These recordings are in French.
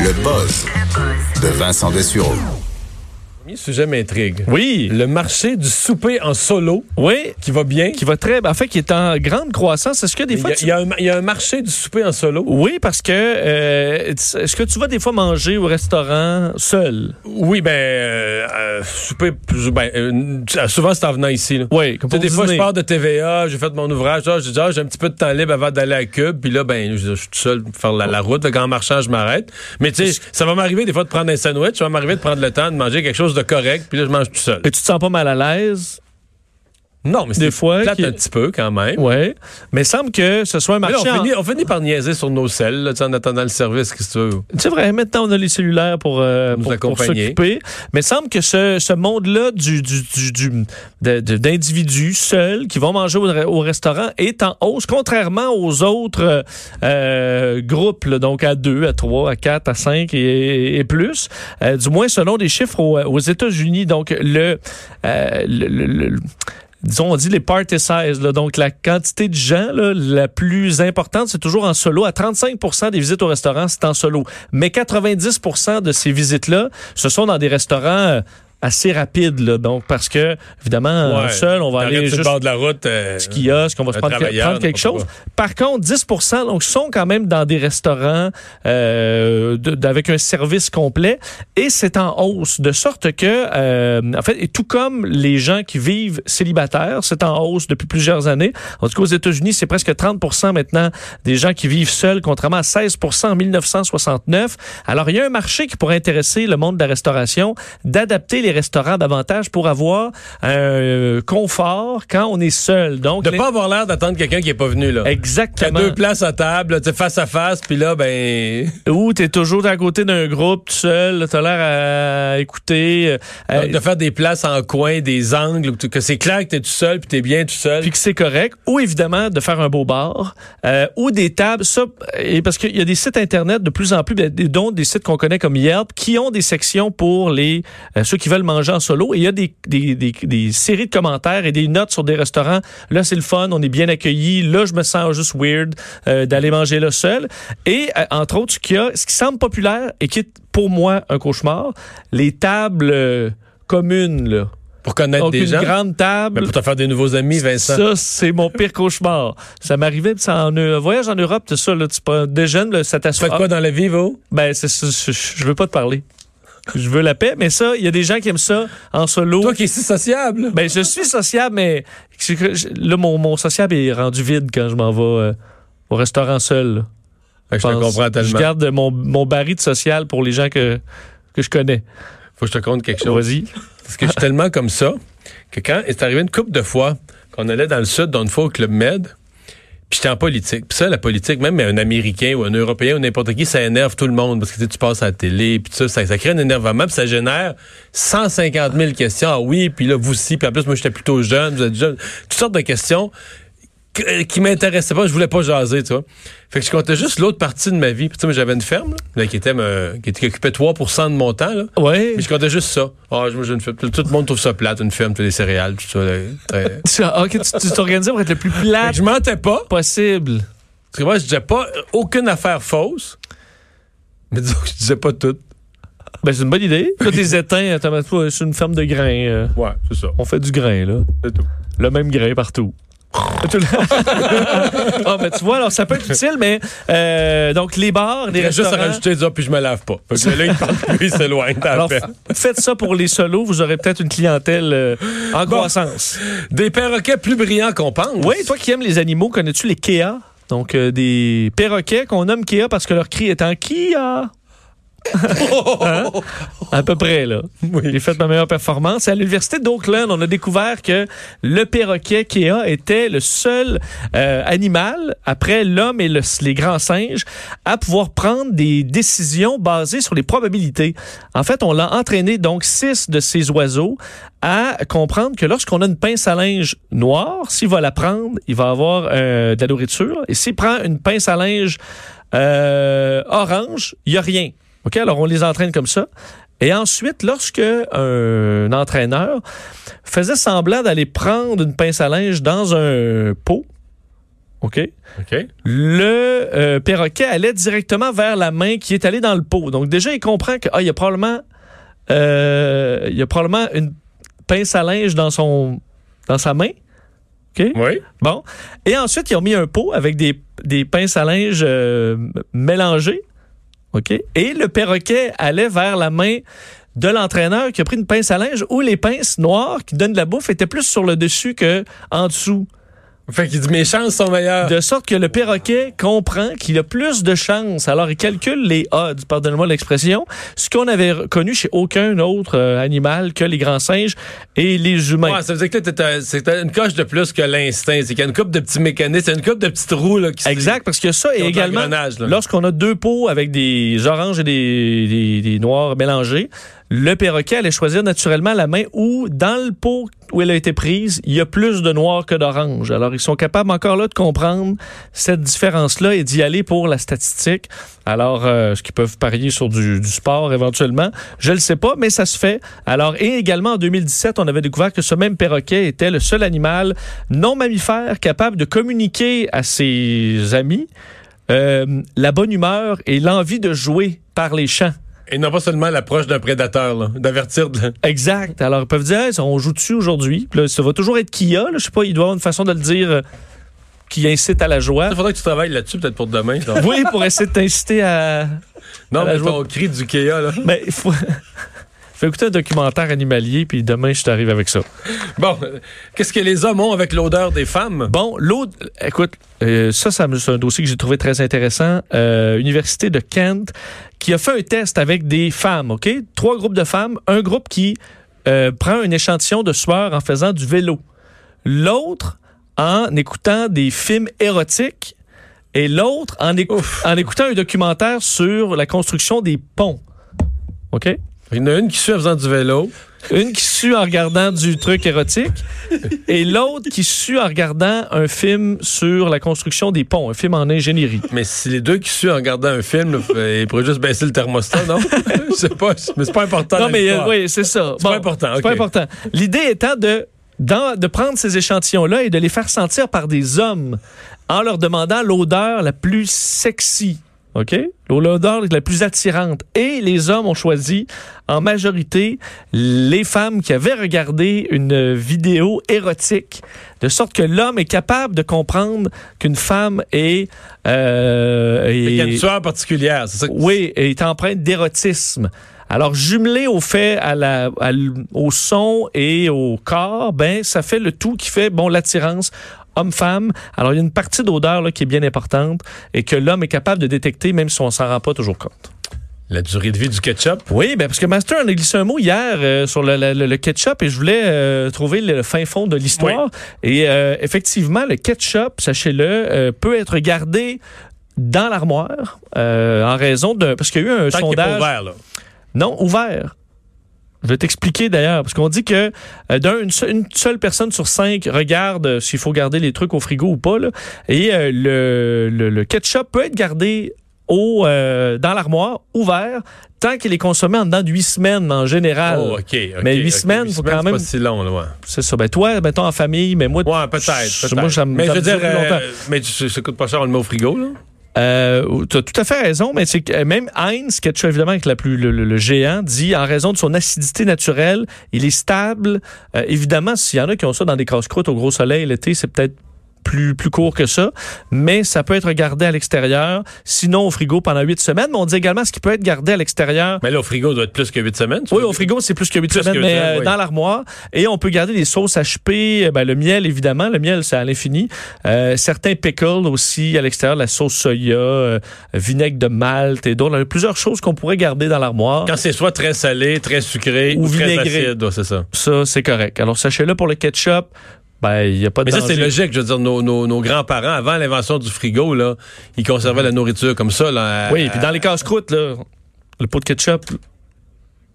Le buzz de Vincent Dessureau. Premier sujet m'intrigue. Oui. Le marché du souper en solo Oui. qui va bien. Qui va très bien. En fait, qui est en grande croissance. Est-ce que des Il y, fois. a- tu- il y a un- il y a un marché du souper en solo. Oui, parce que. euh, tu- Est-ce que tu vas des fois manger au restaurant seul? Oui, ben, euh, euh, souper, plus- ben, euh, souvent c'est en venant ici. là. Oui, comme Tu sais, pour des fois, je dîner. pars de TVA, j'ai fait mon ouvrage, genre, j'ai genre, j'ai un petit peu de temps libre avant d'aller à Cube, puis là, ben, je je suis tout seul pour faire la, la route. Fait qu'en marchant, je m'arrête. Mais tu sais, ça va m'arriver des fois de prendre un sandwich, ça va m'arriver de prendre le temps de manger quelque chose de correct, puis là, je mange tout seul. Mais tu te sens pas mal à l'aise? Non, mais Des c'est fois plate qu'il- un petit peu quand même. Oui. Mais il semble que ce soit un Mais là, marché. on, en- finit, on finit par niaiser sur nos selles, là, tu sais, en attendant le service, qu'est-ce que tu veux. C'est vrai, maintenant on a les cellulaires pour, euh, Nous pour, pour accompagner. s'occuper. Mais il semble que ce, ce monde-là du, du, du- du- de- de- d'individus seuls qui vont manger au, au restaurant est en hausse, contrairement aux autres euh, euh, groupes, là, donc à 2, à 3, à 4, à 5 et, et plus, Euh, du moins selon des chiffres aux, aux États-Unis. Donc le, euh, le- le- le- disons, on dit les party size, là. donc la quantité de gens là, la plus importante, c'est toujours en solo. À 35 des visites au restaurant, c'est en solo. Mais 90 de ces visites-là, ce sont dans des restaurants euh, assez rapides, là. donc parce que, évidemment, Ouais. Euh, seul, on va T'arrêtes aller sur le juste bord de la route. euh, petit kiosque, on va se Un prendre, travailleur, prendre quelque n'importe chose. Par contre, 10 donc, sont quand même dans des restaurants euh, de- d- avec un service complet et c'est en hausse. De sorte que, euh, en fait, et tout comme les gens qui vivent célibataires, c'est en hausse depuis plusieurs années. En tout cas, aux États-Unis, c'est presque 30 maintenant des gens qui vivent seuls, contrairement à 16 en 1969. Alors, il y a un marché qui pourrait intéresser le monde de la restauration d'adapter les restaurants davantage pour avoir un euh, confort quand on est seul. Donc, De les- pas avoir l'air d'attendre quelqu'un qui est pas venu, là. T'as Exactement. deux places à table, là, tu sais, face à face, puis là, ben. Où t'es toujours à côté d'un groupe, tout seul, t'as l'air à écouter, euh, de faire des places en coin, des angles, où tu- que c'est clair que t'es tout seul, puis t'es bien tout seul. puis que c'est correct. Ou évidemment, de faire un beau bar, euh, ou des tables. Ça, et parce qu'il y a des sites Internet de plus en plus, ben, des- dont des sites qu'on connaît comme Yelp, qui ont des sections pour les euh, ceux qui veulent manger en solo. Et il y a des, des, des- des séries de commentaires et des notes sur des restaurants. Là, c'est le fun, on est bien accueillis. Là, je me sens juste weird euh, d'aller manger là seul. Et euh, entre autres, ce qui, a, ce qui semble populaire et qui est pour moi un cauchemar, les tables euh, communes. Là. pour connaître Donc, des une gens. Ben, grande Mais table. pour te faire des nouveaux amis, Vincent. Ça, c'est mon pire cauchemar. Ça m'arrivait, puis ça en un voyage en Europe, tout ça, là, tu prends, déjeunes, là, ça Tu fais t'assure. de quoi dans la vie, vous? ben, c'est, c'est- je- je veux pas te parler. Je veux la paix, mais ça, il y a des gens qui aiment ça en solo. Toi qui es si sociable. Ben, je suis sociable, mais c'est que je- là, mon, mon sociable est rendu vide quand je m'en vais euh, au restaurant seul. là. Ah, je te pense. comprends Je tellement. garde mon, mon baril de social pour les gens que, que je connais. Faut que je te compte quelque chose. Vas-y. Parce que je suis tellement comme ça que quand c'est arrivé une couple de fois qu'on allait dans le sud, dans une fois au Club Med, puis j'étais en politique. Puis ça, la politique, même un Américain ou un Européen ou n'importe qui, ça énerve tout le monde parce que tu, sais, tu passes à la télé, puis tout ça, ça, ça crée un énervement, puis ça génère 150 000 questions. Ah oui, puis là, vous aussi, puis en plus, moi, j'étais plutôt jeune, vous êtes jeune. Toutes sortes de questions que- euh, qui m'intéressaient pas, je voulais pas jaser, tu vois. Fait que je comptais juste l'autre partie de ma vie. Puis tu sais, moi, j'avais une ferme, là, là, qui était, euh, qui, qui occupait 3 de mon temps, là. Ouais. Mais je comptais juste ça. Ah, je mange une ferme. Tout tout le monde trouve ça plate, une ferme, tu as des céréales, tout ça. là, très- Tu- Ah, ok, tu tu t'organises pour être le plus plat je mentais pas. possible. Parce que moi, je disais pas euh, aucune affaire fausse. Mais disons que je disais pas tout. Ben, c'est une bonne idée. Là, t'es éteint, t'as toi, c'est une ferme de grains. euh, Ouais, c'est ça. on fait du grain, là. C'est tout. Le même grain partout. Tout le- ah, ben, tu vois, alors ça peut être utile, mais euh, donc les bars, les Il reste juste à restaurants. rajouter, dire, puis je me lave pas. Fait que là, il parle plus, il s'éloigne. t'as Alors, fait. f- faites ça pour les solos, vous aurez peut-être une clientèle euh, en croissance. Des perroquets plus brillants qu'on pense. Oui, toi qui aimes les animaux, connais-tu les Kea? Donc, euh, des perroquets qu'on nomme Kea parce que leur cri est en Kia. Hein? À peu près, là. J'ai fait ma meilleure performance. Et à l'Université d'Oakland, on a découvert que le perroquet Kea était le seul euh, animal, après l'homme et le- les grands singes, à pouvoir prendre des décisions basées sur les probabilités. En fait, on l'a entraîné, donc, six de ces oiseaux à comprendre que lorsqu'on a une pince à linge noire, s'il va la prendre, il va avoir euh, de la nourriture. Et s'il prend une pince à linge euh, orange, il n'y a rien. OK? Alors, on les entraîne comme ça. Et ensuite, lorsque un entraîneur faisait semblant d'aller prendre une pince à linge dans un pot, OK? OK. Le euh, perroquet allait directement vers la main qui est allée dans le pot. Donc, déjà, il comprend que, ah, il y a probablement, euh, il y a probablement une pince à linge dans son, dans sa main. OK? Oui. Bon. Et ensuite, ils ont mis un pot avec des, des pinces à linge euh, mélangées. OK? Et le perroquet allait vers la main de l'entraîneur qui a pris une pince à linge où les pinces noires qui donnent de la bouffe étaient plus sur le dessus que en dessous. Fait qu'il dit mes chances sont meilleures. De sorte que le perroquet comprend qu'il a plus de chances. Alors, il calcule les odds, pardonnez-moi l'expression, ce qu'on avait connu chez aucun autre euh, animal que les grands singes et les humains. Ouais, ça veut dire que là, t'es un- c'est une coche de plus que l'instinct. C'est qu'il y a une coupe de petits mécanismes, une coupe de petites roues là, qui se- Exact, parce que ça, Ils et ont de également, l'engrenage, là. lorsqu'on a deux pots avec des oranges et des, des- des noirs mélangés, le perroquet allait choisir naturellement la main où, dans le pot où elle a été prise, il y a plus de noir que d'orange. Alors, ils sont capables encore là de comprendre cette différence-là et d'y aller pour la statistique. Alors, euh, ce qu'ils peuvent parier sur du, du sport éventuellement, je le sais pas, mais ça se fait. Alors, et également en 2017, on avait découvert que ce même perroquet était le seul animal non mammifère capable de communiquer à ses amis euh, la bonne humeur et l'envie de jouer par les chants. Et non pas seulement l'approche d'un prédateur, là, d'avertir de... Exact. Alors, ils peuvent dire, Hey, on joue dessus aujourd'hui. Puis là, ça va toujours être Kia. Là. Je sais pas, il doit avoir une façon de le dire euh, qui incite à la joie. Il faudrait que tu travailles là-dessus peut-être pour demain. genre. Oui, pour essayer de t'inciter à. non, la mais joie. ton cri du Kea, là. Ben, il faut. Faut écouter un documentaire animalier, puis demain, je t'arrive avec ça. Bon, euh, qu'est-ce que les hommes ont avec l'odeur des femmes? Bon, l'autre, écoute, euh, ça, ça me- c'est un dossier que j'ai trouvé très intéressant. Euh, Université de Kent, qui a fait un test avec des femmes, OK? Trois groupes de femmes. Un groupe qui euh, prend un échantillon de sueur en faisant du vélo. L'autre en écoutant des films érotiques. Et l'autre en, écou- en écoutant un documentaire sur la construction des ponts. OK? Il y en a une qui suit en faisant du vélo. Une qui sue en regardant du truc érotique et l'autre qui sue en regardant un film sur la construction des ponts, un film en ingénierie. Mais si les deux qui suent en regardant un film, euh, ils pourraient juste baisser le thermostat, non? Je sais pas, mais c'est pas important. Non, dans mais euh, l'histoire. oui, c'est ça. C'est pas important, C'est pas ok. important. L'idée étant de, dans- de prendre ces échantillons-là et de les faire sentir par des hommes en leur demandant l'odeur la plus sexy. OK? L'odeur la plus attirante. Et les hommes ont choisi en majorité les femmes qui avaient regardé une vidéo érotique. De sorte que l'homme est capable de comprendre qu'une femme est. euh, Fait qu'il y a est- une sueur particulière, c'est ça? que- oui, et est empreinte d'érotisme. Alors, jumelé au fait, à la, à l- au son et au corps, ben, ça fait le tout qui fait, bon, l'attirance homme-femme. Alors, il y a une partie d'odeur là, qui est bien importante et que l'homme est capable de détecter, même si on s'en rend pas toujours compte. La durée de vie du ketchup. Oui, ben, parce que Master en a glissé un mot hier euh, sur le, le- le- le ketchup et je voulais euh, trouver le fin fond de l'histoire. Et euh, effectivement, le ketchup, sachez-le, euh, peut être gardé dans l'armoire euh, en raison d'un... Parce qu'il y a eu un Tant qu'il est pas sondage... ouvert, là. Oh, Non, ouvert. Je vais t'expliquer d'ailleurs, parce qu'on dit que euh, d'un, une, se- une seule personne sur cinq regarde euh, s'il faut garder les trucs au frigo ou pas. là. et euh, le, le- le ketchup peut être gardé au, euh, dans l'armoire, ouvert, tant qu'il est consommé en dedans de huit semaines en général. Oh, OK. ok, mais huit ok. semaines, Huit faut quand c'est même- pas si long, là, ouais. C'est ça. Ben toi, mettons en famille, mais moi, Ouais, peut-être. je- peut-être. moi, ça me- mais ça je veux me dure dire, plus euh, longtemps. mais tu- ça coûte pas cher, on le met au frigo, là. Euh, tu as tout à fait raison, mais c'est que euh, même Heinz, qui est évidemment avec la plus, le, le- le géant, dit en raison de son acidité naturelle, il est stable. Euh, évidemment, s'il y en a qui ont ça dans des casse-croûtes au gros soleil l'été, c'est peut-être plus, plus court que ça, mais ça peut être gardé à l'extérieur, sinon au frigo pendant huit semaines, mais on dit également ce qui peut être gardé à l'extérieur. Mais là, au frigo, doit être plus que 8 semaines. tu Oui, veux au dire? frigo, c'est plus que huit Plus semaines, que huit mais semaines, euh, oui. dans l'armoire. Et on peut garder des sauces HP, euh, ben, le miel, évidemment. Le miel, c'est à l'infini. Euh, certains pickles aussi à l'extérieur, la sauce soya, euh, vinaigre de Malte et d'autres. Il y a plusieurs choses qu'on pourrait garder dans l'armoire. Quand c'est soit très salé, très sucré Ou ou, très vinaigré. acide, ouais, c'est ça. Ça, c'est correct. Alors, sachez-le pour le ketchup. Ben, il n'y a pas de Mais ça, danger. c'est logique. Je veux dire, nos, nos- nos grands-parents, avant l'invention du frigo, là, ils conservaient la nourriture comme ça. Là, à- Oui, puis dans les casse-croûtes, là, le pot de ketchup,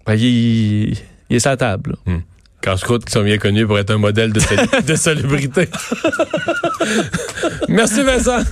ben, il, il est sur la table. là. casse-croûtes qui sont bien connus pour être un modèle de, sol- de salubrité. Merci Vincent.